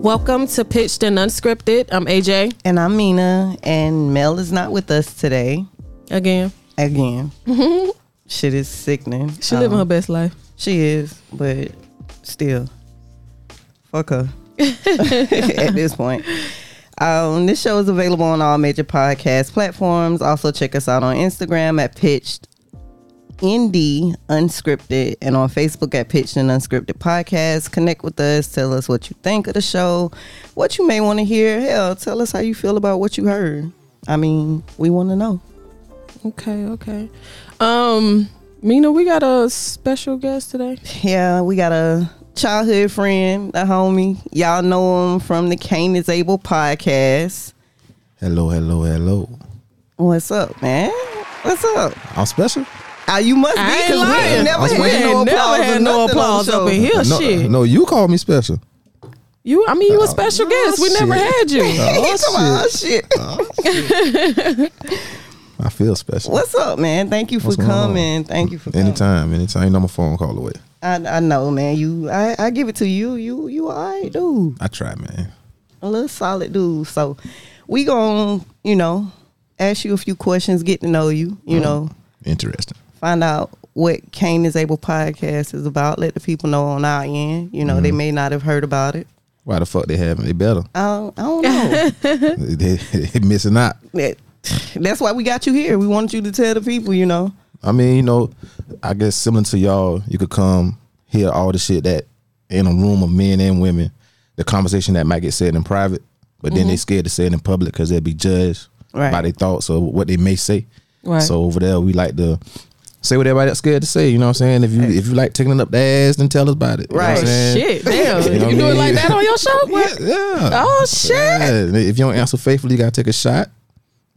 Welcome to Pitched and Unscripted. I'm AJ And I'm Mina, and Mel is not with us today again. again. Shit is sickening. She living her best life. She is, but still, fuck her at this point. Um, this show is available on all major podcast platforms. Also, check us out on Instagram at Pitched ND Unscripted and on Facebook at Pitched and Unscripted Podcast. Connect with us. Tell us what you think of the show, what you may want to hear. Hell, tell us how you feel about what you heard. I mean, we want to know. Okay, okay. Um, Mina, we got a special guest today. Yeah, we got a childhood friend, a homie. Y'all know him from the Cain is Able podcast. Hello, hello, hello. What's up, man? What's up? I'm special. Ah, you must be I ain't because we lying. ain't never I'm had special. no Never applause, had or no nothing on applause the show. up in here. no, shit, no, you call me special. you. I mean, you a special Oh, guest. We never shit. had you. Oh, Come on, shit. shit. I feel special. What's up, man? Thank you for What's going on? coming. Thank you for coming. Anytime, anytime. I'm a phone call away. I, I know, man. You, I, I give it to you. You, you, all right, dude. I try, man. a little solid dude. So we gonna, you know, ask you a few questions, get to know you, you know, Interesting. find out what Cain is Able podcast is about. Let the people know on our end. You know, Mm-hmm. they may not have heard about it. Why the fuck they haven't? They better. I don't, I don't know. they, they missing out. That- that's why we got you here. We wanted you to tell the people, you know. I mean, you know, I guess similar to y'all, you could come hear all the shit that in a room of men and women, the conversation that might get said in private, but then they scared to say it in public because they'll be judged Mm-hmm. Right. by their thoughts or what they may say. Right. So over there, we like to say what everybody else scared to say. You know what I'm saying? If you if you like tickling up the ass, then tell us about it. You know what I'm Right. saying? Shit, damn. You you know do what I it mean? like that on your show? What? Yeah. yeah. Oh shit. Yeah. And If you don't answer faithfully, you gotta take a shot.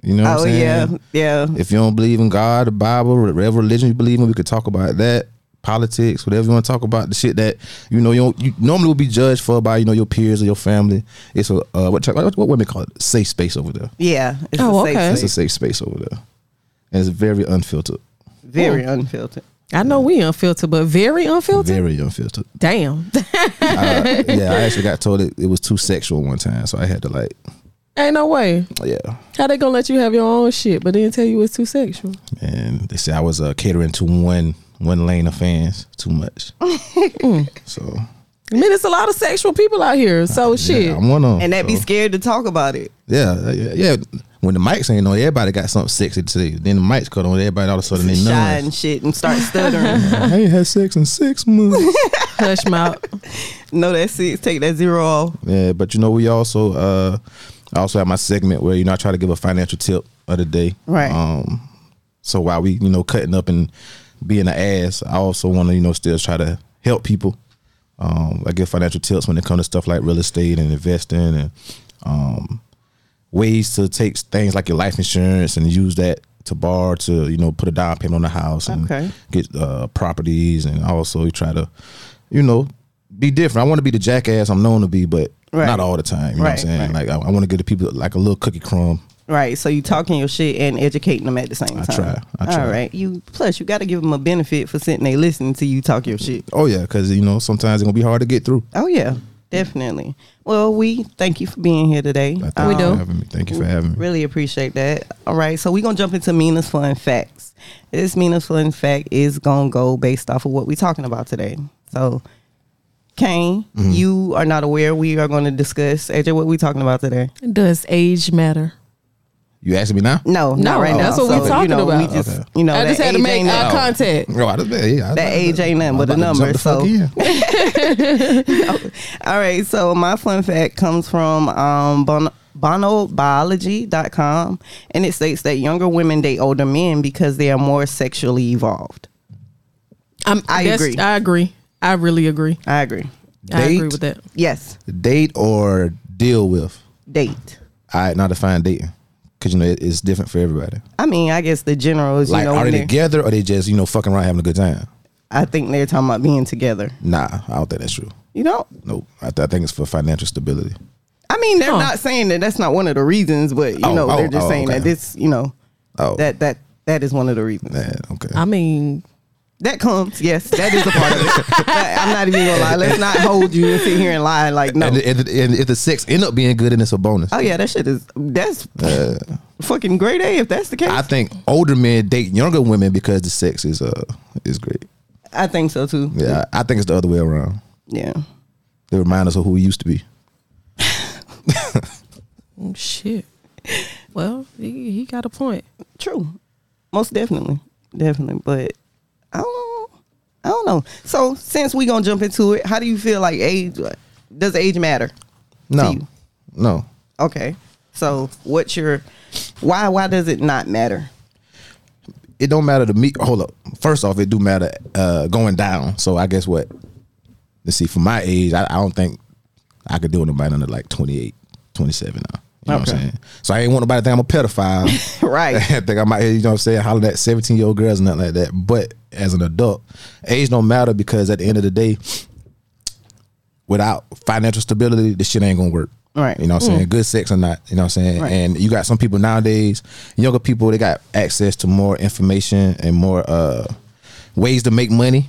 You know what oh I'm saying? yeah, yeah. If you don't believe in God, the Bible, whatever religion you believe in, we could talk about that. Politics, whatever you want to talk about, the shit that you know you, don't, you normally will be judged for by you know your peers or your family. It's a uh, what, what what women call it safe space over there. Yeah. It's Oh, a safe okay. It's a space. safe space over there, and it's very unfiltered, Very unfiltered. I know we unfiltered, but very unfiltered. very unfiltered. Damn. I, yeah, I actually got told it, it was too sexual one time, so I had to like, Ain't no way. yeah. How they gonna let you have your own shit, but then tell you it's too sexual? And they said I was uh, catering to one one lane of fans too much, so I mean, it's a lot of sexual people out here. So shit. yeah, I'm one of 'em, And that be so. scared to talk about it. Yeah, yeah, yeah. When the mics ain't on, everybody got something sexy to say. Then the mics cut on, everybody all of a sudden they Shy know. and shit and start stuttering. I ain't had sex in six months. Hush mouth. no, that's it. Take that zero off. yeah, but you know, we also uh, I also have my segment where you know I try to give a financial tip of the day. Right. Um, so while we you know cutting up and being an ass, I also want to you know still try to help people. Um, I give financial tips when it comes to stuff like real estate and investing and um, ways to take things like your life insurance and use that to borrow to you know put a down payment on the house and Okay. get uh, properties and also you try to you know be different. I want to be the jackass I'm known to be, but Right. not all the Right, time. You know what I'm saying? right. Like I, I want to give the people like a little cookie crumb. Right. So you talking your shit and educating them at the same I time. try, I try. All right. You plus you got to give them a benefit for sitting there listening to you talk your shit. Oh yeah, because you know sometimes it's gonna be hard to get through. Oh yeah, definitely. Well, we thank you for being here today. I Um, thank We you do. For having me. Thank you for having me. Really appreciate that. All right, so we're gonna jump into Mina's fun facts. This Mina's fun fact is gonna go based off of what we're talking about today. So, Kane, Mm-hmm. you are not aware. We are going to discuss AJ what we talking about today. Does age matter? You asking me now? No, No, not right that's now. what we So, you talking know, about. We just, Okay. you know, I that just had to age make ain't eye nothing. contact. Bro, Oh, I just, yeah, I- That I- age ain't nothing I'm but a about to jump number, the so- fuck in. All right, so my fun fact comes from um, bon- bonobiology.com, and it states that younger women date older men because they are more sexually evolved. I'm, I that's- agree. I agree. I really agree. I agree. I agree Date? with that. Yes, date or deal with. date. I not define dating because you know it, it's different for everybody. I mean, I guess the generals, you Like, know, are when they they're- together or they just you know fucking around having a good time? I think they're talking about being together. Nah, I don't think that's true. You know, Nope. I, th- I think it's for financial stability. I mean, they're Huh. not saying that that's not one of the reasons, but you Oh, know, oh, they're just oh, saying that okay. this, you know, Oh, that that that is one of the reasons. yeah, okay. I mean, That comes, yes, that is a part of it. But I'm not even gonna lie. Let's not hold you and sit here and lie like no. And, and, and if the sex end up being good, then it's a bonus. Uh, Oh yeah, that shit is that's fucking great A if that's the case. I I, think older men date younger women because the sex is uh is great. think so too. Yeah, I, I think it's the other way around. Yeah. They remind us of who we used to be. mm, shit. Well, he, he got a point. True. Most definitely. Definitely. But I don't know. I don't know. So since we gonna jump into it, how do you feel like age does age matter? No, you. no. Okay. So what's your why why does it not matter? It don't matter to me. Hold up. First off, it do matter uh going down. So I guess what? Let's see. For my age, I, I don't think I could do anybody under like 28, 27 now. You know what I'm Okay. saying? So I ain't want nobody to think I'm a pedophile. right. I think I'm out here, you know what I'm saying, hollering at 17 year old girls and nothing like that. But as an adult, age don't matter because at the end of the day, without financial stability, this shit ain't gonna work. Right. Mm. You know what I'm saying? Good sex or not. You know what I'm saying? Right. And you got some people nowadays, younger people, they got access to more information and more uh ways to make money.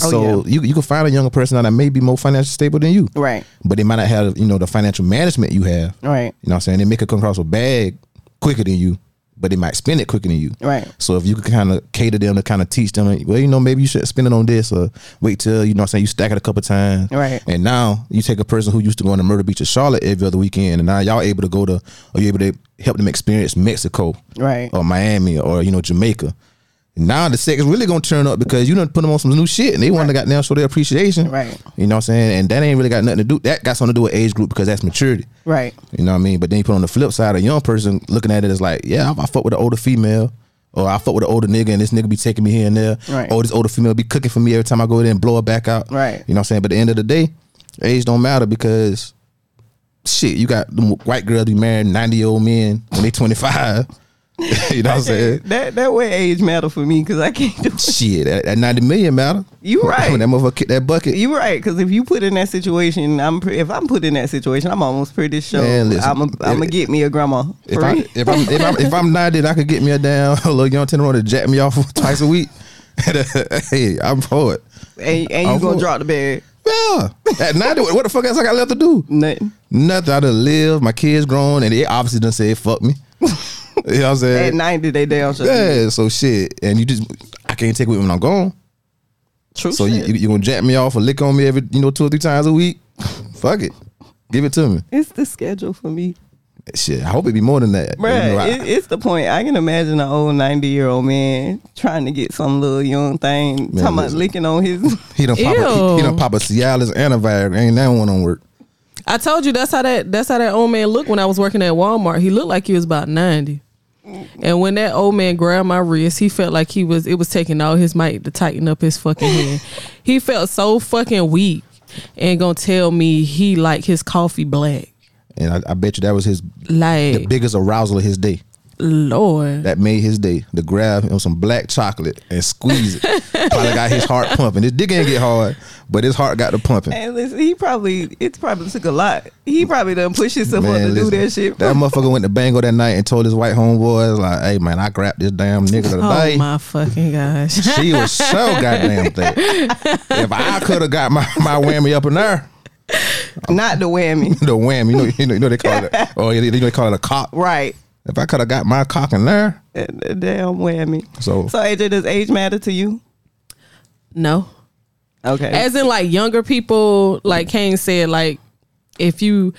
Oh, so you you can find a younger person now that may be more financially stable than you. Right. But they might not have, you know, the financial management you have. Right. You know what I'm saying? They make it come across a bag quicker than you, but they might spend it quicker than you. Right. So if you could kind of cater them to kind of teach them, like, well, you know, maybe you should spend it on this or wait till, you know what I'm saying, you stack it a couple times. Right. And now you take a person who used to go on the Murder Beach of Charlotte every other weekend and now y'all able to go to, or you able to help them experience Mexico Right. or Miami or, you know, Jamaica. Now the sex is really gonna turn up because you done put them on some new shit and they want to goddamn show their appreciation. Right. You know what I'm saying? And that ain't really got nothing to do. That got something to do with age group because that's maturity. Right. You know what I mean? But then you put on the flip side, a young person looking at it is like, yeah, I, I fuck with an older female. Or I fuck with an older nigga and this nigga be taking me here and there. Right. Or this older female be cooking for me every time I go there and blow her back out. Right. You know what I'm saying? But at the end of the day, age don't matter because shit, you got them white girls be marrying 90 year old men when they 25. you know what I'm saying? That that way age matter for me because I can't do it. shit, at, at 90 million matter. You right. When that motherfucker kick that bucket. You're right because if you put in that situation, I'm pre- if I'm put in that situation, I'm almost pretty sure Man, listen, I'm a, I'm gonna if- get me a grandma. For If, I, real. if I'm if I'm if I'm ninety, I could get me a damn little young tenor to jack me off twice a week. hey, I'm for it. and and I'm you gonna for- drop the bed? Yeah, at ninety, what what the fuck else I got left to do? Nothing. Nothing. I done lived. My kids grown, and they obviously done said fuck me. you know what I'm At saying? ninety, they down. Yeah, Yeah. So shit, and you just I can't take it when I'm gone. true. So you shit. you gonna jack me off or lick on me every you know two or three times a week? fuck it, give it to me. it's the schedule for me, Shit, I hope it be more than that. You Bruh, know, I- it, it's the point. I can imagine an old ninety year old man trying to get some little young thing Man, talking about listen. licking on his. He done pop a, he, he Ew. done pop a Cialis and a Viagra. Ain't that one on work? I told you that's how that that's how that old man looked when I was working at Walmart. He looked like he was about ninety. And when that old man grabbed my wrist, he felt like he was it was taking all his might to tighten up his fucking hand. he felt so fucking weak and gonna tell me he like his coffee black. And I, I bet you that was his the Like biggest arousal of his day. Lord. That made his day. To grab him some black chocolate and squeeze it. Probably got his heart pumping. His dick ain't get hard, but his heart got to pumping. and listen, he probably it probably took a lot. He probably done push himself up to Man, do listen, that shit. that motherfucker went to Bango that night and told his white homeboys, like, hey man, I grabbed this damn nigga Oh today. my fucking gosh. she was so goddamn thick. if I could have got my, my whammy up in there, Not the whammy, the whammy, you know, you know, you know they call it, or you know they call it a cop. right? If I could have got my cock in there, Uh, Damn whammy. so, So AJ, does age matter to you? No. Okay. As in like younger people, like Kane said, like if you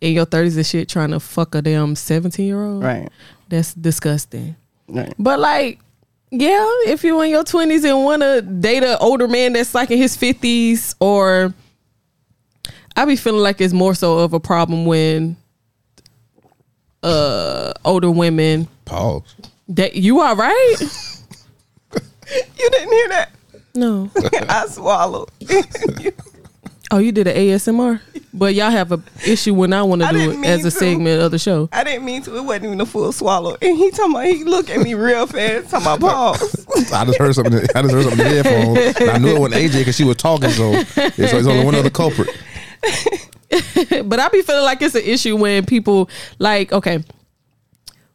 in your thirties and shit trying to fuck a damn seventeen year old. right. That's disgusting. Right. But like, yeah, if you in your twenties and wanna date an older man that's like in his fifties, or I be feeling like it's more so of a problem when uh older women pause. that you all right? You didn't hear that? No. I swallowed. Oh, you did an ASMR, but y'all have a issue when I want to I do didn't it as mean a to. segment of the show. I didn't mean to. It wasn't even a full swallow. And he talking about he look at me real fast. Talking about pause. I just heard something. I just heard something in the headphones. And I knew it wasn't AJ because she was talking. So it's, it's only one other culprit. but I be feeling like it's an issue when people like okay,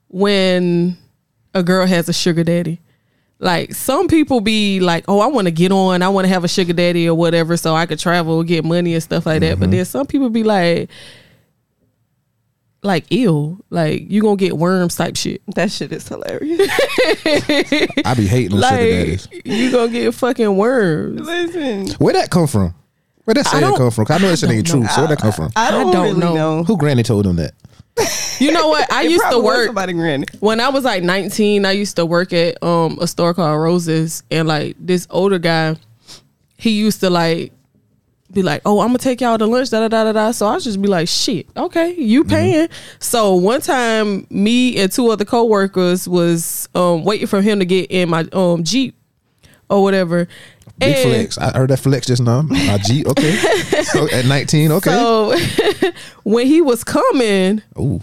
when a girl has a sugar daddy. Like some people be like, oh, I want to get on, I want to have a sugar daddy or whatever, so I could travel, get money and stuff like that. Mm-hmm. But then some people be like, like ill, like you gonna get worms type shit. That shit is hilarious. I be hating on sugar daddies. Like you gonna get fucking worms. Listen, Where that come from? Where that saying don't- come from? 'Cause I know that shit ain't don't true. So where that come from? I don't, don't really know. know. Who granny told them that? You know what? I It used to probably was work Somebody granted. when I was like 19, I used to work at um a store called Roses, and like this older guy, he used to like be like, "Oh, I'm gonna take y'all to lunch." Da da da da da. So I was just be like, "Shit, okay, Mm-hmm. you paying." So one time, me and two other coworkers was um waiting for him to get in my um jeep or whatever. Big And- flex. I heard that flex just now. My G, okay. At 19, okay. So when he was coming, Ooh.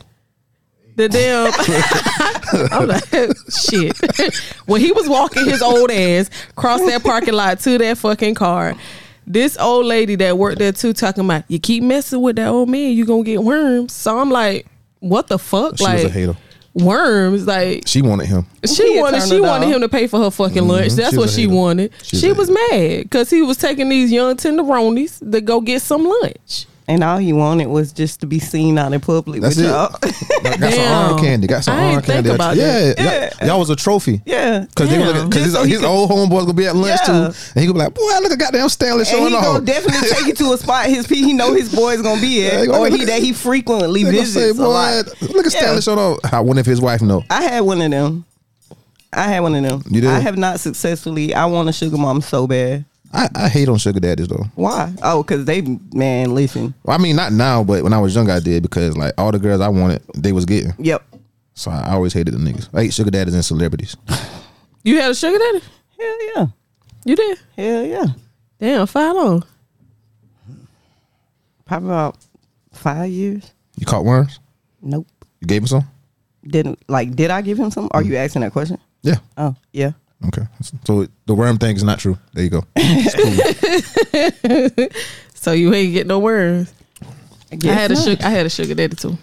the damn I'm like, shit. when he was walking his old ass across that parking lot to that fucking car, this old lady that worked there too talking about you keep messing with that old man, you gonna get worms. So I'm like, what the fuck? She like was a hater. worms, like She wanted him. she had wanted turned she it wanted down. him to pay for her fucking lunch. That's Mm-hmm. She what was a she hater. wanted. She was she a was mad because he was taking these young tenderonis to go get some lunch. And all he wanted was just to be seen out in public That's with it. y'all. Got some Damn. arm candy. Got some I ain't arm candy. think about yeah, y'all- y'all was a trophy. yeah. Cause they were Damn. looking, cause his, Just so he his could- old homeboy's gonna be at lunch Yeah. too, and he gonna be like, "Boy, look at goddamn Stanley And he showing off." gonna definitely take you to a spot his pe- he know his boy's gonna be Yeah, he at gonna or look he at- that he frequently They gonna visits say, a lot. "Boy, look at Yeah. Stanley showing off." I wonder if his wife know. I had one of them. I had one of them. You did? I have not successfully. I want a sugar mom so bad. I, I hate on sugar daddies though. Why? Oh, because they man, listen. Well, I mean, not now, but when I was young, I did because like all the girls I wanted, they was getting. Yep. So I always hated the niggas. I hate sugar daddies and celebrities. You had a sugar daddy? Hell yeah. You did? Hell yeah. Damn, five long. Probably about five years. You caught worms? Nope. You gave him some? Didn't like. Did I give him some? Are you asking that question? Yeah. Mm. Oh yeah. Okay. So the worm thing is not true. There you go. So you ain't get no worms. I guess had a not. sugar I had a sugar daddy too.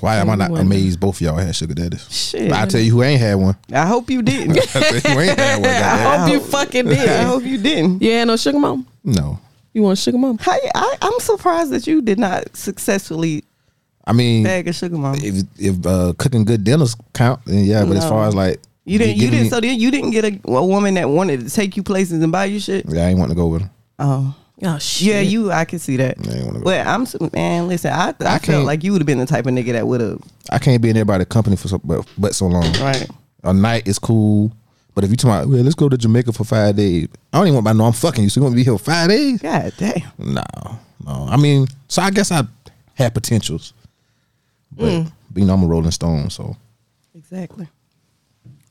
Why am I not Wonder. amazed? Both of y'all had sugar daddies. Shit. But I I tell you who ain't had one. hope you didn't. I tell you who ain't had one. goddamn. I hope you fucking I did. hope you didn't. You had no sugar mom? No. You want sugar mom? How, you- I, I'm surprised that you did not successfully I mean, bag a sugar mom. if if uh, cooking good dinners count, then yeah. But as No. far as like You didn't. You giving didn't. me- So then you didn't get a, a woman that wanted to take you places and buy you shit. yeah, I ain't want to go with him. Oh. Oh shit. Yeah, you. I can see that. I ain't wanna go. But I'm s- man. Listen, I I, can't- felt like you would have been the type of nigga that would have. I can't be in everybody's company for so, but, but so long. Right. A night is cool, but if you talking about, well, let's go to Jamaica for five days. I don't even want to know I'm fucking you. So you want to be here for five days? God damn. No, no. I mean, so I guess I had potentials, but Mm. you know I'm a Rolling Stone, so Exactly.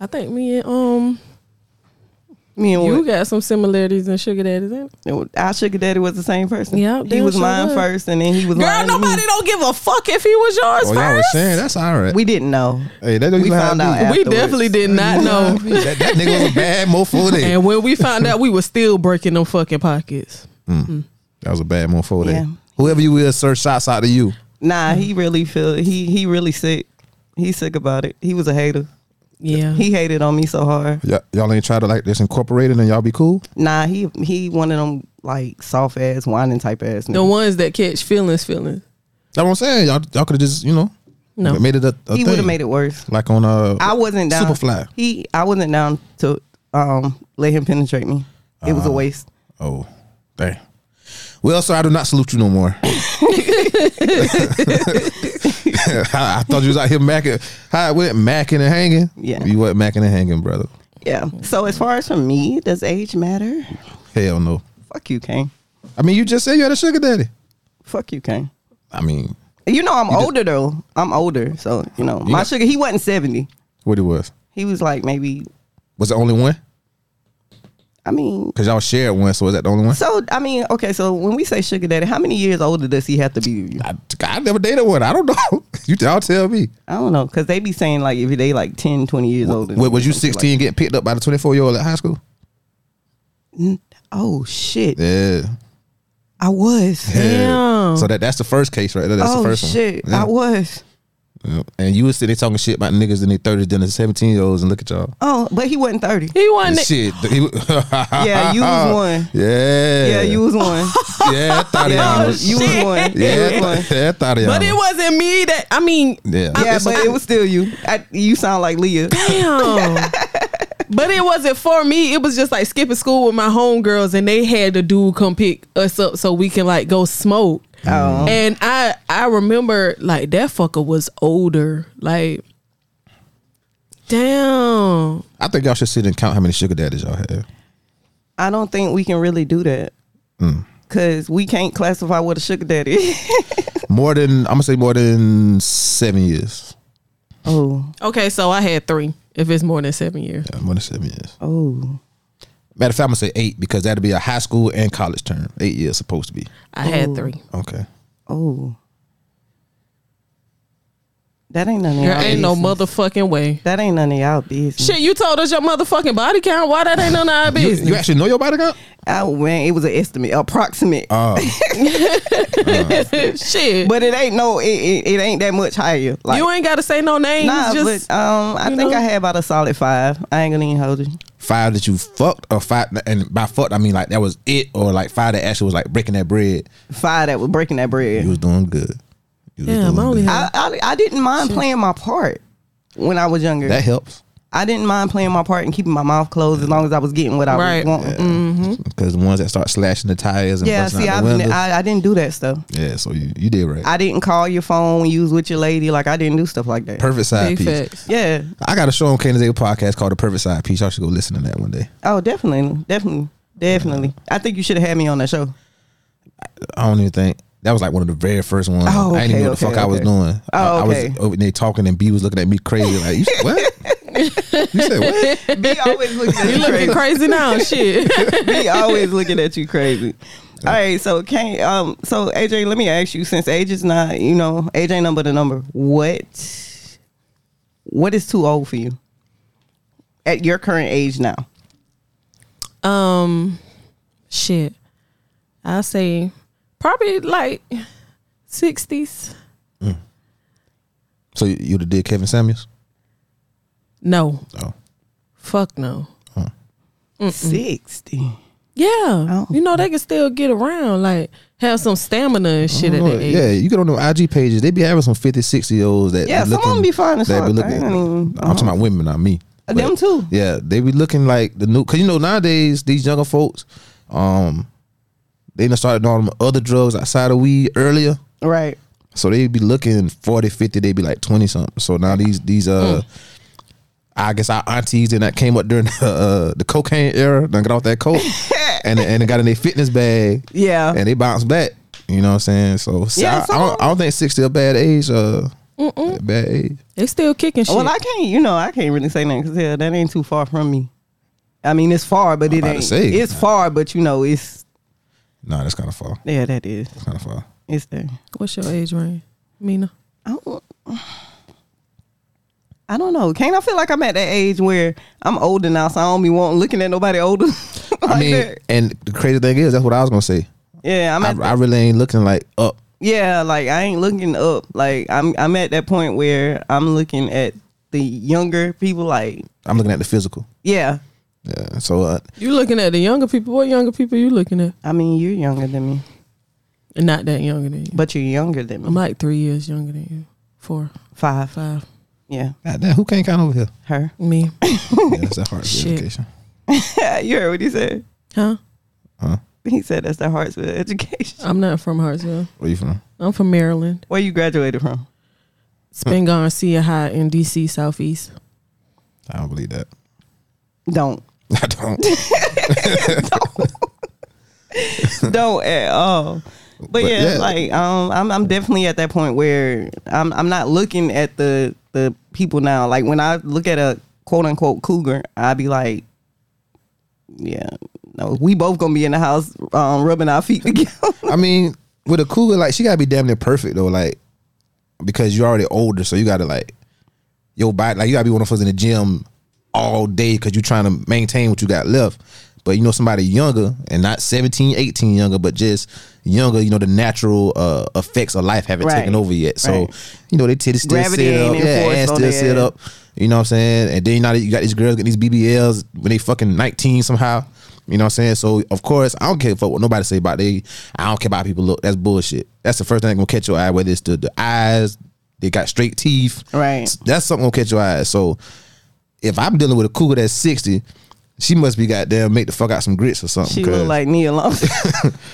I think me and um Me and you you got some similarities in sugar daddies, ain't it? our sugar daddy was the same person. Yeah, he damn was sure mine was. first, and then he was Girl, lying to me. nobody don't give a fuck if he was yours oh y'all was first. saying that's all right. We didn't know. hey, that we found out we afterwards. definitely did not know. that, that nigga was a bad mofo. Day. and when we found out we were still breaking them fucking pockets. That was a bad mofo. Day. Yeah. Whoever you is, sir, shots out to you. Nah, he Mm. really feel he he really sick. He's sick about it. He was a hater. Yeah. He hated on me so hard. Y- y'all ain't try to like this incorporated and y'all be cool. Nah, he he one of them like soft ass whining type ass. the niggas. ones that catch feelings, feelings. That's what I'm saying. Y'all, y'all could have just you know No. made it a, a he thing. would have made it worse. like on uh I wasn't down. Superfly. He I wasn't down to um let him penetrate me. It Uh-huh. was a waste. Oh, dang. Well, sir, I do not salute you no more. I, I thought you was out here macking. How with macking and hanging? Yeah. you wasn't macking and hanging, brother. Yeah. So as far as for me, does age matter? Hell no. Fuck you, Kane. I mean, you just said you had a sugar daddy. Fuck you, Kane. I mean, You know I'm older though. I'm older, so you know You my got- sugar. He wasn't seventy. what it was He was like maybe. was the only one I mean, because y'all shared one. So is that the only one? so I mean, okay. So when we say sugar daddy, how many years older does he have to be? than you? I, I never dated one. I don't know. you y'all tell me. I don't know, cause they be saying like if they like 10, 20 years older. than What, was you something like- sixteen getting picked up by the twenty four year old at high school? oh shit! Yeah. I was. Damn. So that that's the first case, right? there. That's oh the first shit, one. Yeah. I was. Yeah. And you was sitting there talking shit about niggas in their thirties, then the seventeen year olds, and look at y'all. Oh, but he wasn't thirty. He wasn't. Shit. yeah, Yeah, you was one. Yeah. Yeah, you was one. Yeah, I thought Yeah, you yeah, was. was, you was shit. one. yeah, you I was thought- one. yeah, I thought y'all. But it wasn't me that I mean, Yeah. Yeah, It's- but it was still you. I, you sound like Leah. damn. but it wasn't for me. It was just like skipping school with my homegirls and they had the dude come pick us up so we can like go smoke. Oh, And I I remember like that fucker was older. Like damn. I think y'all should sit and count how many sugar daddies y'all had. I don't think we can really do that Mm. because we can't classify what a sugar daddy. is. More than I'm gonna say more than seven years. oh, Okay, so I had three. If it's more than seven years, Yeah, more than seven years. oh, Matter of fact, I'm gonna say eight because that'd be a high school and college term. Eight years supposed to be. I had three. Okay. oh. That ain't none of There y'all. ain't no business. motherfucking way. That ain't none of y'all business. Shit, you told us your motherfucking body count. Why that ain't none of our You, business? you actually know your body count? Oh man, it was an estimate, approximate, Uh, Shit. but it ain't no, it, it, it ain't that much higher. Like, you ain't gotta say no names. nah, just but um, I you think know. I had about a solid five. I ain't gonna even hold you. five that you fucked or five and by fucked I mean like that was it or like five that actually was like breaking that bread. Five that was breaking that bread. You was doing good. You was Damn, I only had- I, I I didn't mind playing my part when I was younger. that helps. I didn't mind playing my part and keeping my mouth closed as long as I was getting what I Right. was wanting. Yeah, Because the ones that start slashing the tires and busting Mm-hmm. see, out I, the windows. didn't- I I didn't do that stuff. yeah, so you, you did right. I didn't call your phone when you was with your lady. Like I didn't do stuff like that. Perfect big side piece. facts. Yeah. I got a show on Canada's podcast called The Perfect Side Piece. Y'all should go listen to that one day. Oh, definitely, definitely, definitely. I think you should have had me on that show. I don't even think that was like one of the very first ones. Oh, I didn't even know what okay, the fuck I okay, was okay. doing. I, Oh, I was okay. over there talking and B was looking at me crazy like, you said what? you said what? B always looking at You you looking crazy. crazy now? Shit. B always looking at you crazy. All right, so can um so AJ, let me ask you since age is not you know age ain't number the number. What what is too old for you at your current age now? Um, shit. I say probably like sixties. So you would have did Kevin Samuels? No, Oh. fuck no. Sixty. Yeah, Oh. you know they can still get around, like have some stamina and shit at that age. Yeah, you get on them IG pages, they be having some 50, 60 year olds that Yeah, be some of looking, them be fine as that fuck. be I looking, ain't even- I'm talking about women, not me. Uh, them too. Yeah, they be looking like the new because you know nowadays these younger folks, um, they done started doing other drugs outside of weed earlier. Right. So they be looking 40, 50, they be like 20 something. So now these these Mm. uh I guess our aunties and that came up during the uh, the cocaine era, done got off that coke and and they got in their fitness bag Yeah. and they bounced back. You know what I'm saying? So, so Yeah, I- I, don't, I don't think 60 a bad age, uh a bad age. They still kicking shit. well, I can't. You know, I can't really say nothing because hell, that ain't too far from me. I mean, it's far, but it about to ain't. say. It's far, but you know, it's Nah, that's kinda far. yeah. That is. That's kinda far. It's there. What's your age range, Mina? I don't, I don't know. Can't I feel like I'm at that age where I'm older now, so I don't be wanting looking at nobody older. like I mean, that. and the crazy thing is that's what I was gonna say. yeah, I'm I, at I really ain't looking like up. yeah, like I ain't looking up. Like I'm, I'm at that point where I'm looking at the younger people. Like I'm looking at the physical. yeah, Yeah. So uh, You looking at the younger people? What younger people you looking at? I mean you're younger than me, Not that younger than you. but you're younger than I'm me. like three years younger than you. Four, Five, five. yeah, goddamn, who can't count over here? her. Me, Yeah, that's that heart Shit. education. you heard what he said. huh? He said that's the hearts of education. I'm not from Hartsville. Where you from? I'm from Maryland. Where you graduated from? Spingarn Senior High in DC Southeast. I don't believe that. Don't, I don't. don't at all. But, But yeah, yeah. like um, I'm I'm definitely at that point where I'm I'm not looking at the the people now. Like when I look at a quote unquote cougar, i be like, yeah, no, we both gonna be in the house um, rubbing our feet together. I mean, with a cougar, like she gotta be damn near perfect though, like because you're already older, so you gotta like your body, like you gotta be one of us in the gym all day because you're trying to maintain what you got left. But you know, somebody younger and not 17, 18 younger, but just younger, you know, the natural uh, effects of life haven't Right. taken over yet. So, Right. you know, they titties still Gravity sit up. ain't Yeah, enforced ass on still their sit ass. up. You know what I'm saying? And then now that you got these girls getting these BBLs when they fucking 19 somehow. You know what I'm saying? So of course I don't care fuck what nobody say about they. I don't care about people look. That's bullshit. That's the first thing that gonna catch your eye. Whether it's the, the eyes, they got straight teeth. Right. That's something gonna catch your eye. So if I'm dealing with a cougar that's 60, she must be goddamn make the fuck out some grits or something. She look like Nia Long.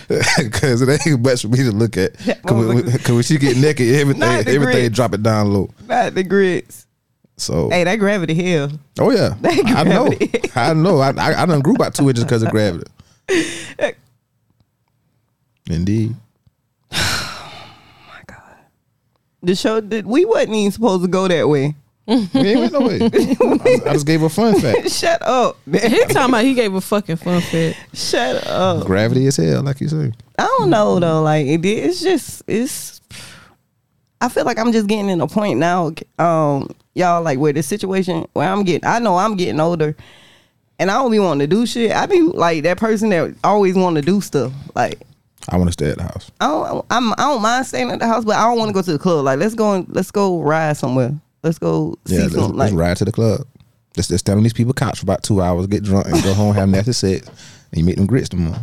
Because it ain't much for me to look at. well, look- Because when she get naked, everything Not the everything grits. drop it down low. Not the grits. So Hey, that gravity hell. oh yeah, I know, gravity. I know, I I, I done grew about two inches because of gravity. Indeed, The show that we wasn't even supposed to go that way. we ain't went no way. I just- I just gave a fun fact. Shut up. He talking about he gave a fucking fun fact. Shut up. Gravity is hell, like you say. I don't know though. Like it, did- it's just it's. I feel like I'm just getting in a point now, um, y'all. Like where the situation where I'm getting, I know I'm getting older, and I don't be wanting to do shit. I be like that person that always want to do stuff. Like I want to stay at the house. I don't, I'm, I don't mind staying at the house, but I don't want to go to the club. Like let's go, and, let's go ride somewhere. Let's go see Yeah, let's, something. let's like ride to the club. Let's just stand on these people couch for about two hours, get drunk, and go home, have nasty sex, and you make them grits tomorrow.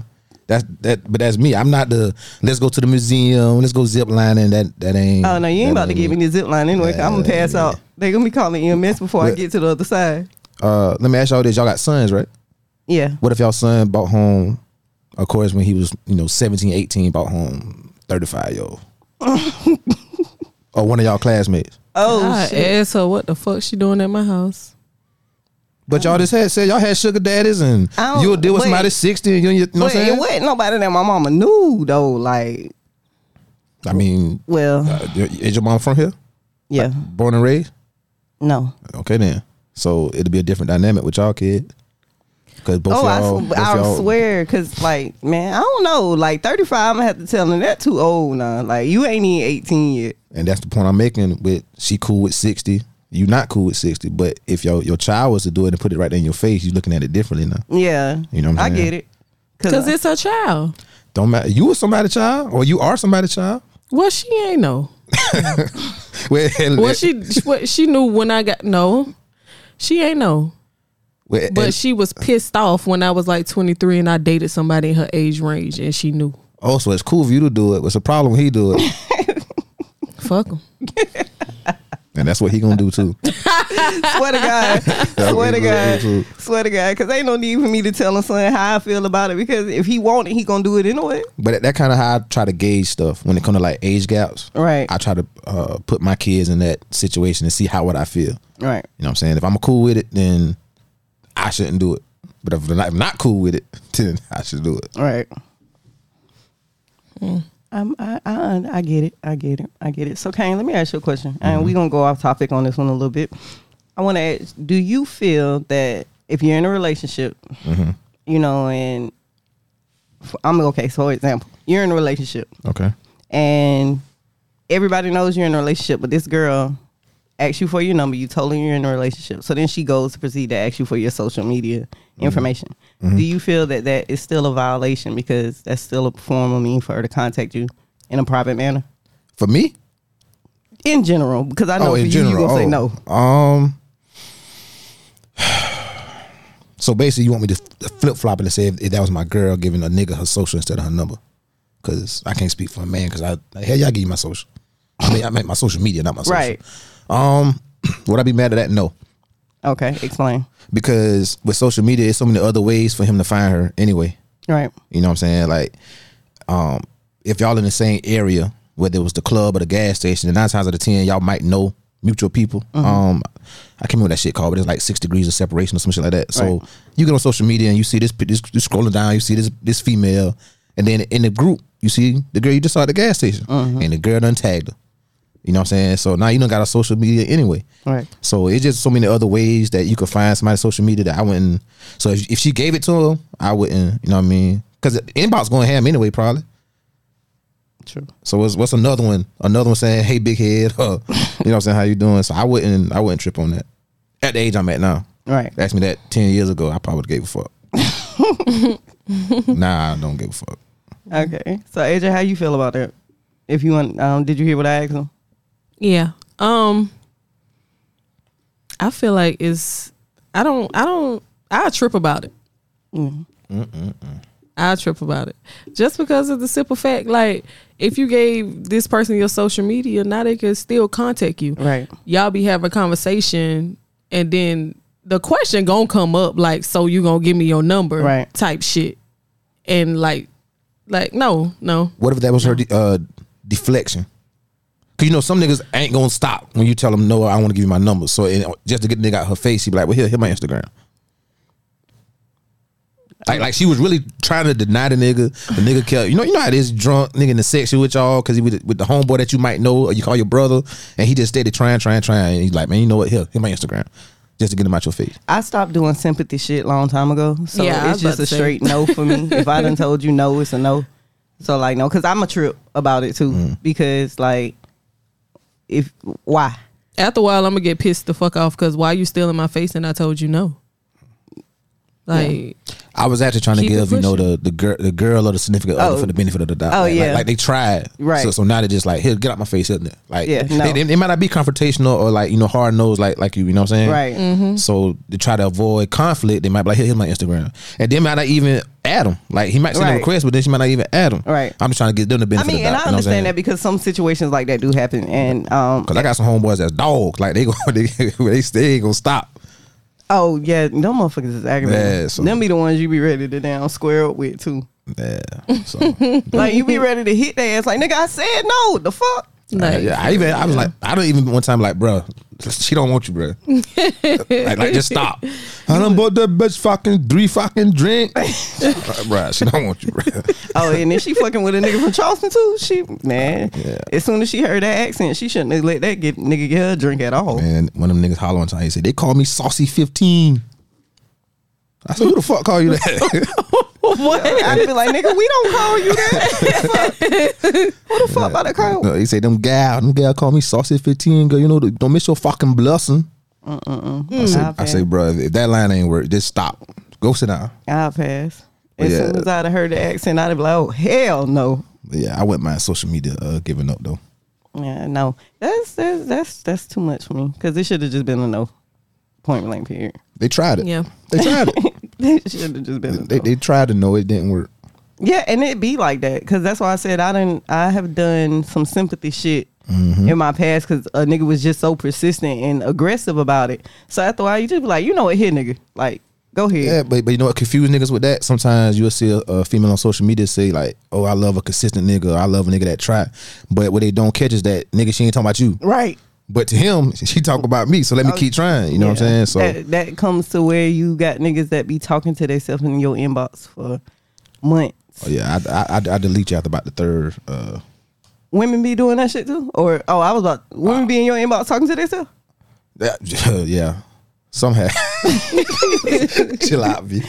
That's that, but that's me. I'm not the. Let's go to the museum. Let's go zip lining. That that ain't. Oh no, you ain't that about to ain't give me the zip line anyway. i I'm gonna pass out. They gonna be calling EMS before I But- get to the other side. Uh, let me ask y'all this: Y'all got sons, right? Yeah, What if y'all son bought home, of course, when he was, you know, 17, 18, bought home 35 year old? or one of y'all classmates. Oh, I asked her what the fuck she doing at my house. But y'all just had said y'all had sugar daddies and I don't- you will deal with wait. somebody 60 and you, you know but what I'm it saying? wasn't nobody that my mama knew though. Like, I mean, well, uh, is your mom from here? yeah, Born and raised? no. Okay then. So it'll be a different dynamic with y'all kid. Cause both Oh, I, y'all, sw- both I y'all- swear, cause like, man, I don't know. Like, thirty five, I'm gonna have to tell them that too old now. Like, you ain't even eighteen yet. and that's the point I'm making. With she cool with sixty, you not cool with sixty. But if your your child was to do it and put it right there in your face, you looking at it differently now. Yeah, You know what I'm I saying? get it. Cause it's her child. Don't matter. You were somebody's child, or you are somebody's child. Well, she ain't know. Well, Well, she what, she knew when I got no. She ain't know. well, But she was pissed off when I was like 23 and I dated somebody in her age range and she knew. oh, so it's cool for you to do it. What's the problem? when He do it, Fuck 'em. and that's what he gonna do too. swear to God, swear to was good, God, too. swear to God, because ain't no need for me to tell him son how I feel about it. Because if he want it, he gonna do it anyway. But that kind of how I try to gauge stuff when it come to like age gaps. Right. I try to uh, put my kids in that situation and see how would I feel. Right. You know what I'm saying? If I'm cool with it, then I shouldn't do it. But if I'm not, if I'm not cool with it, then I should do it. Right. I'm, I, I I get it. I get it. I get it. So, Kane, let me ask you a question, and we're gonna go off topic on this one a little bit. I want to ask: Do you feel that if you're in a relationship, you know, and f- I'm okay. So, for example, you're in a relationship, Okay. and everybody knows you're in a relationship, but this girl asks you for your number. You told her you're in a relationship, so then she goes to proceed to ask you for your social media information. Do you feel that that is still a violation because that's still a form of mean for her to contact you in a private manner? For me, Oh, In general, because I know for you, you gonna say no. Oh, Um. So basically, you want me to flip flop and say if, if that was my girl giving a nigga her social instead of her number, because I can't speak for a man. Because I hell, y'all give you my social. I mean, I meant my social media, not my social. Right. Um. Would I be mad at that? No, Okay, explain. because with social media, there's so many other ways for him to find her anyway. Right, You know what I'm saying? Like, um, if y'all in the same area, whether it was the club or the gas station, then nine times out of ten, y'all might know mutual people. Um, I can't remember what that shit called, but it's like six degrees of separation or some shit like that. So Right. you get on social media and you see this, this, you scrolling down, you see this this female, and then in the group you see the girl you just saw at the gas station, and the girl done tagged her. You know what I'm saying? So now you don't got a social media anyway. right, So it's just so many other ways that you could find somebody's social media that I wouldn't. So if, if she gave it to him, I wouldn't. You know what I mean? Because inbox going ham anyway, probably. true. So what's what's another one? Another one saying, "Hey, big head," or, you know what I'm saying? How you doing? So I wouldn't. I wouldn't trip on that. At the age I'm at now, Right, ask me that ten years ago, I probably would gave a fuck. nah, I don't give a fuck. Okay. So AJ, how you feel about that? If you want, um, did you hear what I asked him? Yeah. Um I feel like it's I don't I don't I trip about it. I trip about it. Just because of the simple fact like if you gave this person your social media, now they could still contact you. Right. Y'all be having a conversation and then the question gonna come up like, so you gonna give me your number Right. type shit. And like like no, no. What if that was her de- uh, deflection? Cause you know some niggas ain't gonna stop when you tell them no. I want to give you my number. So and just to get the nigga out her face, he be like, "Well, here, here my Instagram." Like, like she was really trying to deny the nigga. The nigga kept, you know, you know how it is. Drunk nigga in the section with y'all because he with, with the homeboy that you might know or you call your brother, and he just steady trying, trying, trying. And he's like, "Man, you know what? Here, here my Instagram." Just to get him out your face. I stopped doing sympathy shit long time ago, so Yeah, I was it's just about to a say. straight no for me. if I done told you no, it's a no. So like no, because I'm a trip about it too. Mm. Because like, if why? after a while, I'm gonna get pissed the fuck off because why you still in my face and I told you no. Like I was actually trying to Keep it give you know the the girl the girl or the significant other Oh. for the benefit of the doubt. Oh, like, like- yeah. like, they tried, Right. So, so now they're just like, here, get out my face, isn't it? Like, Yeah, no. they, they- they might not be confrontational or like you know hard nosed like like you, you know what I'm saying? Right. Mm. Mm-hmm. So to try to avoid conflict, they might be like, here, here's my Instagram, and they might not even add him. Like he might send a Right. request, but then she might not even add him. Right. I'm just trying to get them the I benefit. mean, and of the I doubt, you know what I'm saying? understand that because some situations like that do happen, and um, Cause I got some homeboys that's dogs. Like they go, they, they stay ain't gonna stop. oh yeah, them motherfuckers is aggravating. Yeah, so- Them be the ones you be ready to down square up with too. Yeah. So Like you be ready to hit their ass. Like nigga, I said no. The fuck. Yeah, like yeah, I even I was like, I don't even one time like, bruh, she don't want you, bruh. like, like, just stop. I done bought that bitch fucking three fucking drink, uh, bruh. She don't want you, bruh. Oh, and then she fucking with a nigga from Charleston too. She man. Yeah. As soon as she heard that accent, she shouldn't have let that get nigga get her a drink at all. And one of them niggas hollering time, he said they call me Saucy Fifteen. I said, who the fuck call you that? What? I'd be like, nigga, we don't call you that. what the fuck about to call? No, he said them gal, them gal call me Saucy Fifteen. Girl, you know, don't miss your fucking blessing. I said, I I've said, bruh, if that line ain't work, just stop. Go sit down. I'll pass. As Yeah. soon as I'd have heard the accent, I'd be like, oh hell no. But yeah, I wouldn't mind social media uh, giving up though. Yeah, no. That's that's that's that's too much for me. Cause it should have just been a no. Point blank period. They tried it. Yeah. they tried it. It should have just been a they, no. they tried to know it didn't work. Yeah, and it be like that because that's why I said I didn't. I have done some sympathy shit Mm-hmm. in my past because a nigga was just so persistent and aggressive about it. So after a while, you just be like, you know what, here, nigga, like go ahead. Yeah, but, but you know what confuse niggas with that? Sometimes you'll see a, a female on social media say like, "Oh, I love a consistent nigga. I love a nigga that try." But what they don't catch is that nigga she ain't talking about you, Right. but to him she talk about me. So let me keep trying. You know what I'm saying? So Oh, that, that comes to where you got niggas that be talking to themselves in your inbox for months. oh, yeah, I, I, I I delete you after about the third. Uh, Women be doing that shit too, or oh, I was about women be in your inbox talking to themselves. that, yeah, somehow. Chill out, B.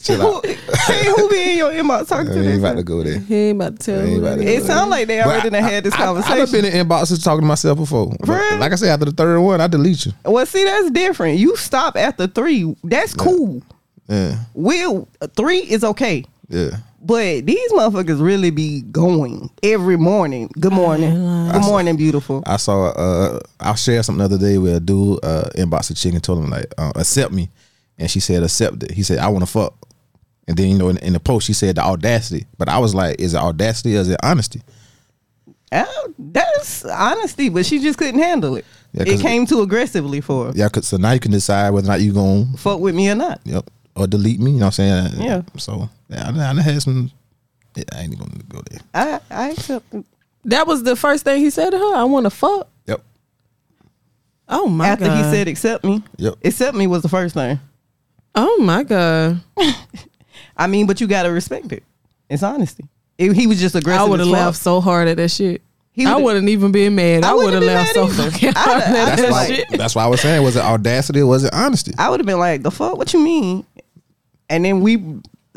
Chill Who, out. hey, who be in your inbox talking to I ain't about to themselves? go there. he ain't about to tell. Ain't who about it to is. It sound like they But already done I- had this I- I- conversation. I've been in inboxes talking to myself before. But Really? Like I said, after the third one, I delete you. Well, see, that's different. You stop after three. That's cool. Yeah, Will three is okay. yeah. But these motherfuckers really be going every morning. Good morning. Good morning, beautiful. I saw uh I shared something the other day where a dude uh inboxed a chick and told him like uh, accept me, and she said accept it. He said I want to fuck, and then you know in, in the post she said the audacity, but I was like, is it audacity or is it honesty? Uh, That's honesty, but she just couldn't handle it. Yeah, it 'cause came too aggressively for her. Yeah, 'cause- so now you can decide whether or not you going Fuck with me or not. yep or delete me. You know what I'm saying? Yeah. So yeah, I, done- I done had some. yeah, I ain't gonna go there. I, I accept it. that was the first thing he said to her. I want to fuck. Yep. Oh my After god. he said accept me, Yep. accept me was the first thing. Oh my god. I mean, but you gotta respect it. It's honesty. It, he was just aggressive. I would have as fuck. laughed so hard at that shit. He I would've- wouldn't even been mad. I, I would wouldn't have laughed been so mad either. fucking I'd have- hard at I'd That's have that like- shit. why. That's why I was saying was it audacity or was it honesty? I would have been like, the fuck, what you mean? And then we,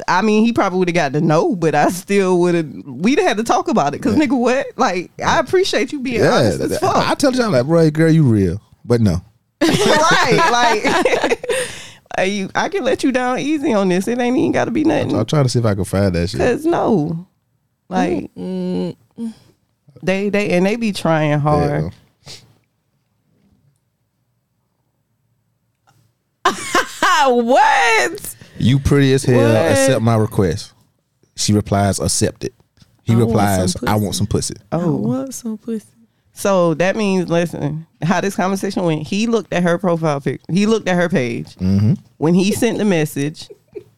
I mean, he probably would have got to know, but I still would have, we'd have had to talk about it. Cause nigga, what? Like, I appreciate you being honest as that- fuck. I tell you, I'm like, bro, girl, you real, but no. right. Like, Are you, I can let you down easy on this. It ain't even got to be nothing. I'm trying to see if I can find that shit. Cause no, like they they and they be trying There you hard. go. what? You pretty as hell. What? Accept my request. She replies, accept it. He I want replies, some I pussy. want some pussy. Oh, Oh, what some pussy? so that means listen how this conversation went. He looked at her profile pic. He looked at her page Mm-hmm. when he sent the message.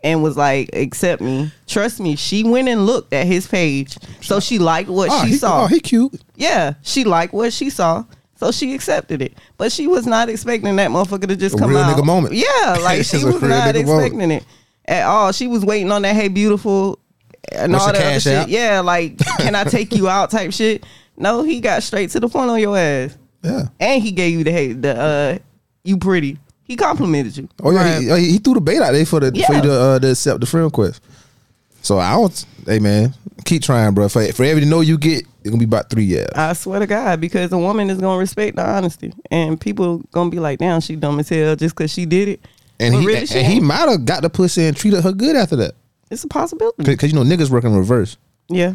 And was like, accept me. Trust me. She went and looked at his page, so she liked what Oh, she he, saw. oh, he cute. yeah, she liked what she saw, so she accepted it. But she was not expecting that motherfucker to just A come real out. nigga moment. Yeah, like It's she a was real not nigga moment. expecting it at all. She was waiting on that "Hey, beautiful" and What's all that your other cash shit. app? Yeah, like can I take you out type shit. No, he got straight to the point on your ass, Yeah. and he gave you the hey, the uh, you pretty. He complimented you. Oh yeah, he- oh, he, he threw the bait out there for the for you to, Yeah. uh, to accept the friend request. So I don't. Hey man, keep trying, bro. For, for every no you get, it's gonna be about three years. I swear to God, because a woman is gonna respect the honesty, and people gonna be like, "Damn, she dumb as hell just because she did it." and But he really, and, she and he ain't. might have got the pussy and treated her good after that, it's a possibility. because you know niggas work in reverse. Yeah,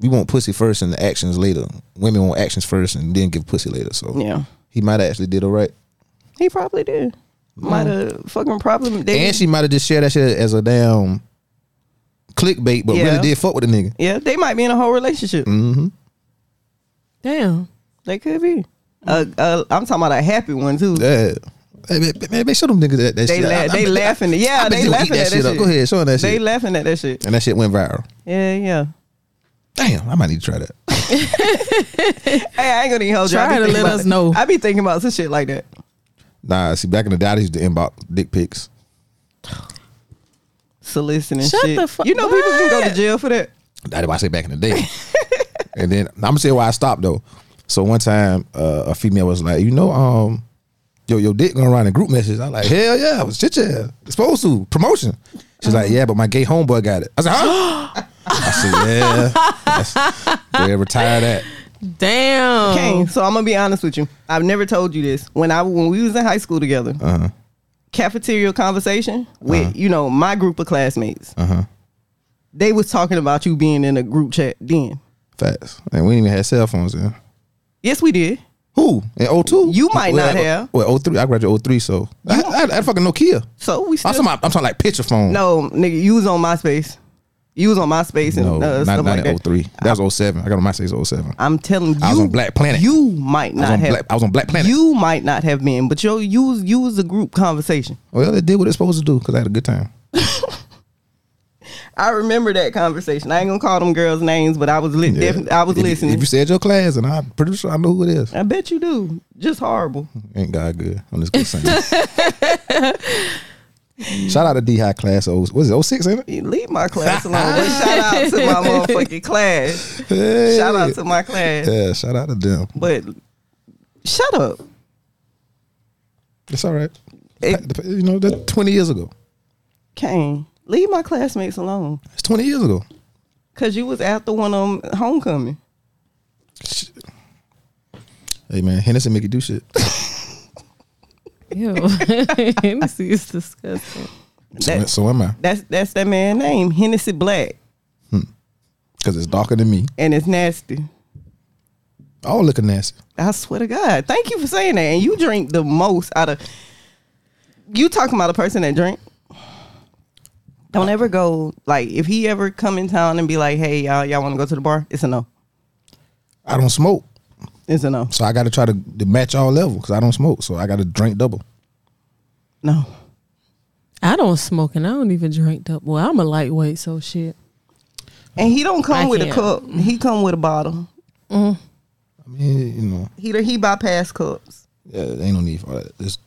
We want pussy first and the actions later. Women want actions first and then give pussy later. So yeah. he might have actually did all right, He probably did. Might have fucking problem. They, Mm. and she might have just shared that shit as a damn clickbait, but Yeah. really did fuck with the nigga. yeah, they might be in a whole relationship. Mm. Damn. They could be. Uh, uh, I'm talking about a happy one too. Yeah. Hey, man, man, man, show them niggas that, They that shit. I- la- I- they I- laughing. Yeah, I bet they you gonna laughing eat that at that shit up. shit. Go ahead, show them that They shit. laughing at that shit. and that shit went viral. Yeah, yeah. Damn, I might need to try that. Hey, I ain't gonna even hold you. I Try be to thinking let about us that. know. I be thinking about some shit like that. Nah, see, back in the day, I used to inbox dick pics. Soliciting Shut shit. the fu- you know people can go what? to jail for that. That's why I say back in the day. and then I'm gonna say why I stopped though. So one time, uh, a female was like, you know, um, yo, your dick gonna run in group messages. I'm like, hell yeah, I was chit chat. It's supposed to promotion. She's like, yeah, but my gay homeboy got it. I said, huh? I said, yeah, that's, where retire that. Damn. Oh. Kane, so I'm gonna be honest with you. I've never told you this. When I when we was in high school together, Uh-huh. cafeteria conversation with you know my group of classmates. Uh-huh. They was talking about you being in a group chat then. Facts. And we didn't even have cell phones then. Yes, we did. Who? In 02? You might Well, not I- have. Well, 03. I graduated 03, so. I, I, I had fucking Nokia. So we I'm still talking, about, I'm talking like picture phone. no nigga. You was on MySpace. You was on MySpace and No, uh, not, stuff not like in that. 03. That was 07. I got on my stage 07. I I'm telling you, I was on Black Planet. You might was, not on have. Black, I was on Black Planet. You might not have been, but yo, you was you was a group conversation. well, it did what it's supposed to do because I had a good time. I remember that conversation. I ain't gonna call them girls' names, but I was li- Yeah. definitely I was If you- listening. If you said your class, and I'm pretty sure I know who it is. I bet you do. Just horrible. Ain't God good. I'm just gonna say this. Shout out to D High class. Oh, was it 06 ain't it? You Leave my class alone. But shout out to my motherfucking class. Shout out to my class. Yeah, shout out to them. But shut up. It's all right. It- you know, that's 20 years ago. Kane, leave my classmates alone. It's 20 years ago. Cause you was after one of them homecoming. Hey man, Henderson make you do shit. Ew. Hennessy is disgusting. so, That, so am I, that's that's that man name, Hennessy Black. because it's darker than me. And it's nasty. All looking nasty. I swear to God. Thank you for saying that. And you drink the most out of you talking about a person that drink. Don't ever go like if he ever come in town and be like, hey y'all, y'all wanna go to the bar? It's a no. I don't smoke. It's a no. So I got to try to, to match all level because I don't smoke. So I got to drink double. No. I don't smoke and I don't even drink up. Well, I'm a lightweight, so shit. And he don't come I with can't. a cup. He come with a bottle. I mean, you know, He he bypass cups. yeah, ain't no need for all that. Just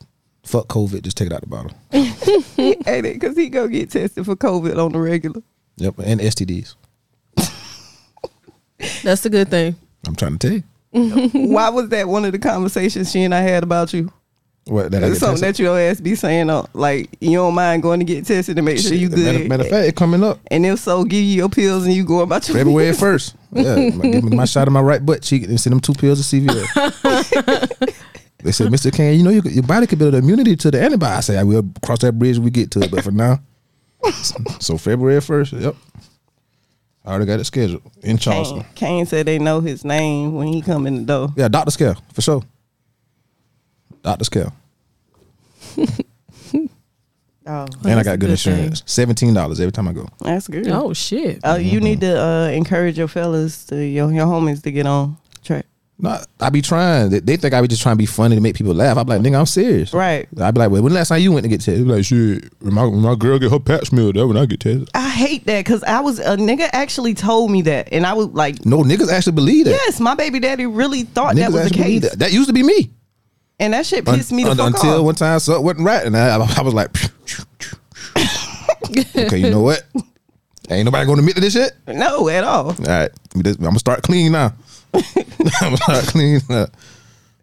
fuck COVID. Just take it out the bottle. He ate it because he go get tested for COVID on the regular. Yep, and STDs. That's a good thing. I'm trying to tell you. Why was that one of the conversations she and I had about you? What that I It's get something tested? that your ass be saying, uh, like you don't mind going to get tested to make sure you Shit, Matter, good. matter of fact, it coming up and if so, give you your pills and you go about your February first. Yeah, give me my shot in my right butt cheek and send them two pills of CVS. They said, Mister Kane, you know your, your body could build immunity to the antibody. I said, I will cross that bridge when we get to it, but for now, so February first. Yep, I already got it scheduled in Charleston. Kane, Kane said they know his name when he come in the door. Yeah, Doctor Scale for sure. Doctor Scale, Oh, and I that's a got good good thing. insurance. Seventeen dollars every time I go. that's good. Oh, Oh shit. you Mm-hmm. need to uh, encourage your fellas, to your your homies, to get on track. No, I be trying. They, they think I be just trying to be funny to make people laugh. I'm like, nigga, I'm serious. Right. I'd be like, well, when last time you went to get tested? They be like, shit, when my, when my girl get her pap smeared, that when I get tested. I hate that because I was a nigga actually told me that, and I was like, No, niggas actually believe that. yes, my baby daddy really thought niggas that was the actually believe case, that. That used to be me. and that shit pissed me the Un- fuck until off. one time something wasn't right, and I, I was like, okay, you know what? Ain't nobody going to admit to this shit. no, at all. All right, I'm gonna start clean now. I'm gonna start clean. Now.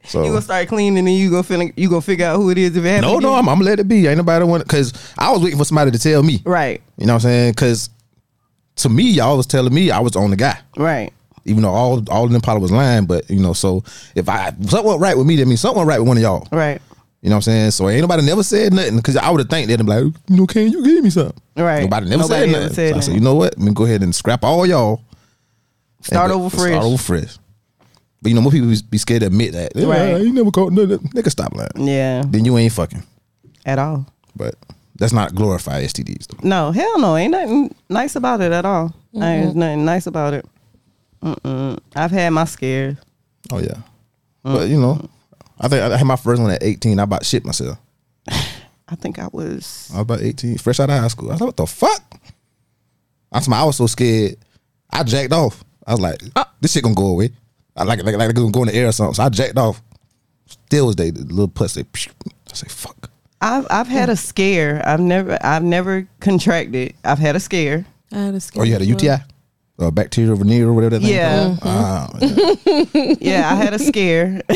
So You gonna start cleaning, and you go feeling you gonna figure out who it is if it happens. Oh. no, no, I'm, I'm gonna let it be. Ain't nobody want because I was waiting for somebody to tell me. right, You know what I'm saying? Because to me, y'all was telling me I was on the only guy, right, even though all all of them probably was lying. But you know, so if I something went right with me, that means something went right with one of y'all. right, You know what I'm saying? So ain't nobody never said nothing because I would have think they'd be like, you know, Ken, you gave me something. Right. Nobody never Nobody said ever nothing. said so I said, nothing. you know what? Let me go ahead and scrap all y'all. and Start go- over fresh. Start over fresh. But you know, most people be- be scared to admit that. They're like, Right. "Ah, you never caught nothing. Nigga, stop lying. yeah, Then you ain't fucking. at all. But that's not glorify STDs though. No, hell no. Ain't nothing nice about it at all. Ain't nothing nice about it. Mm-mm. I've had my scares. Oh yeah. Mm. But you know, I think I had my first one at 18. I about shit myself. I think I was. I was about 18, fresh out of high school. I was like, what the fuck? I told my- I was so scared. I jacked off. I was like, this shit gonna go away. I like like like it gonna go in the air or something. So I jacked off. Still was they the little pussy. I say fuck. I've I've had a scare. I've never I've never contracted. I've had a scare. I had a Oh, you had a schedule. UTI or bacterial veneer or whatever that thing. Yeah. called? Ah, man. Yeah, I had a scare,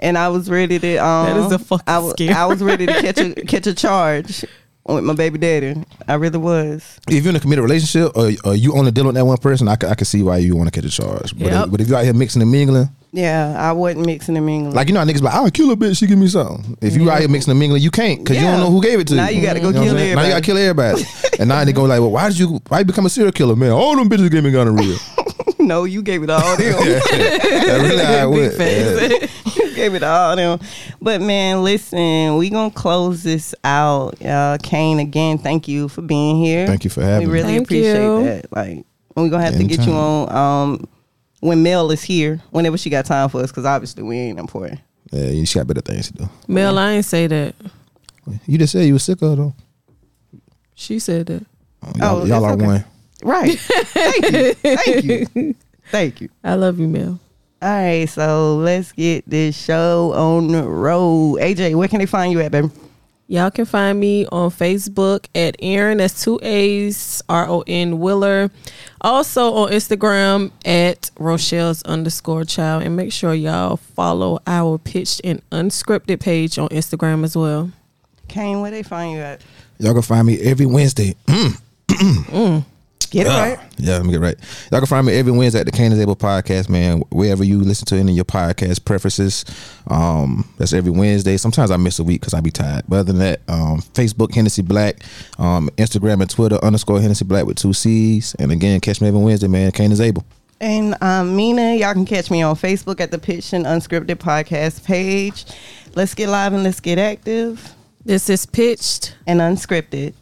and I was ready to. Um, That is a fucking I wa- scare. I was ready to catch a catch a charge with my baby daddy. I really was. if you're in a committed relationship or, or you only dealing with that one person, I, c- I can see why you want to catch a charge. But, Yep. if, but if you're out here mixing and mingling, Yeah, I wasn't mixing and mingling. like you know, how niggas be like I'll kill a bitch. She give me something. If you out here mixing and mingling, you can't because you Yeah. don't know who gave it to Now you. you gotta go know what kill I'm saying? Now you gotta kill everybody. and now they go like, well, why did you? Why you become a serial killer, man? All them bitches gave me gonorrhea. no, you gave it all them. That really how it went. Yeah. Facts. You gave it all them. But man, listen, we gonna close this out. Uh, Kane, again, thank you for being here. Thank you for having We me. really Thank appreciate you. that. Like, we're gonna have to get you Anytime. on um, when Mel is here, whenever she got time for us, because obviously we ain't important. Yeah, you she got better things to do. Mel, I ain't say that. You just said you was sick of though. She said that. Y'all, Oh, y'all that's are okay. one. Right. thank you. Thank you. Thank you. I love you, Mel. All right, so let's get this show on the road. AJ, where can they find you at, baby? Y'all can find me on Facebook at Aaron, that's two A's, R O N Willer. Also on Instagram at Rochelle's underscore child. And make sure y'all follow our pitched and unscripted page on Instagram as well. Kane, where they find you at? Y'all can find me every Wednesday. Uh, Get it right. Yeah, let me get right. Y'all can find me every Wednesday at the Cain is Able podcast, man. Wherever you listen to any of your podcast preferences, um, that's every Wednesday. Sometimes I miss a week because I be tired. But other than that, um, Facebook Hennessy Black, um, Instagram and Twitter underscore Hennessy Black with two C's. And again, catch me every Wednesday, man. Cain is Able. And um, Mina, y'all can catch me on Facebook at the Pitch and Unscripted Podcast page. Let's get live and let's get active This is pitched. and unscripted.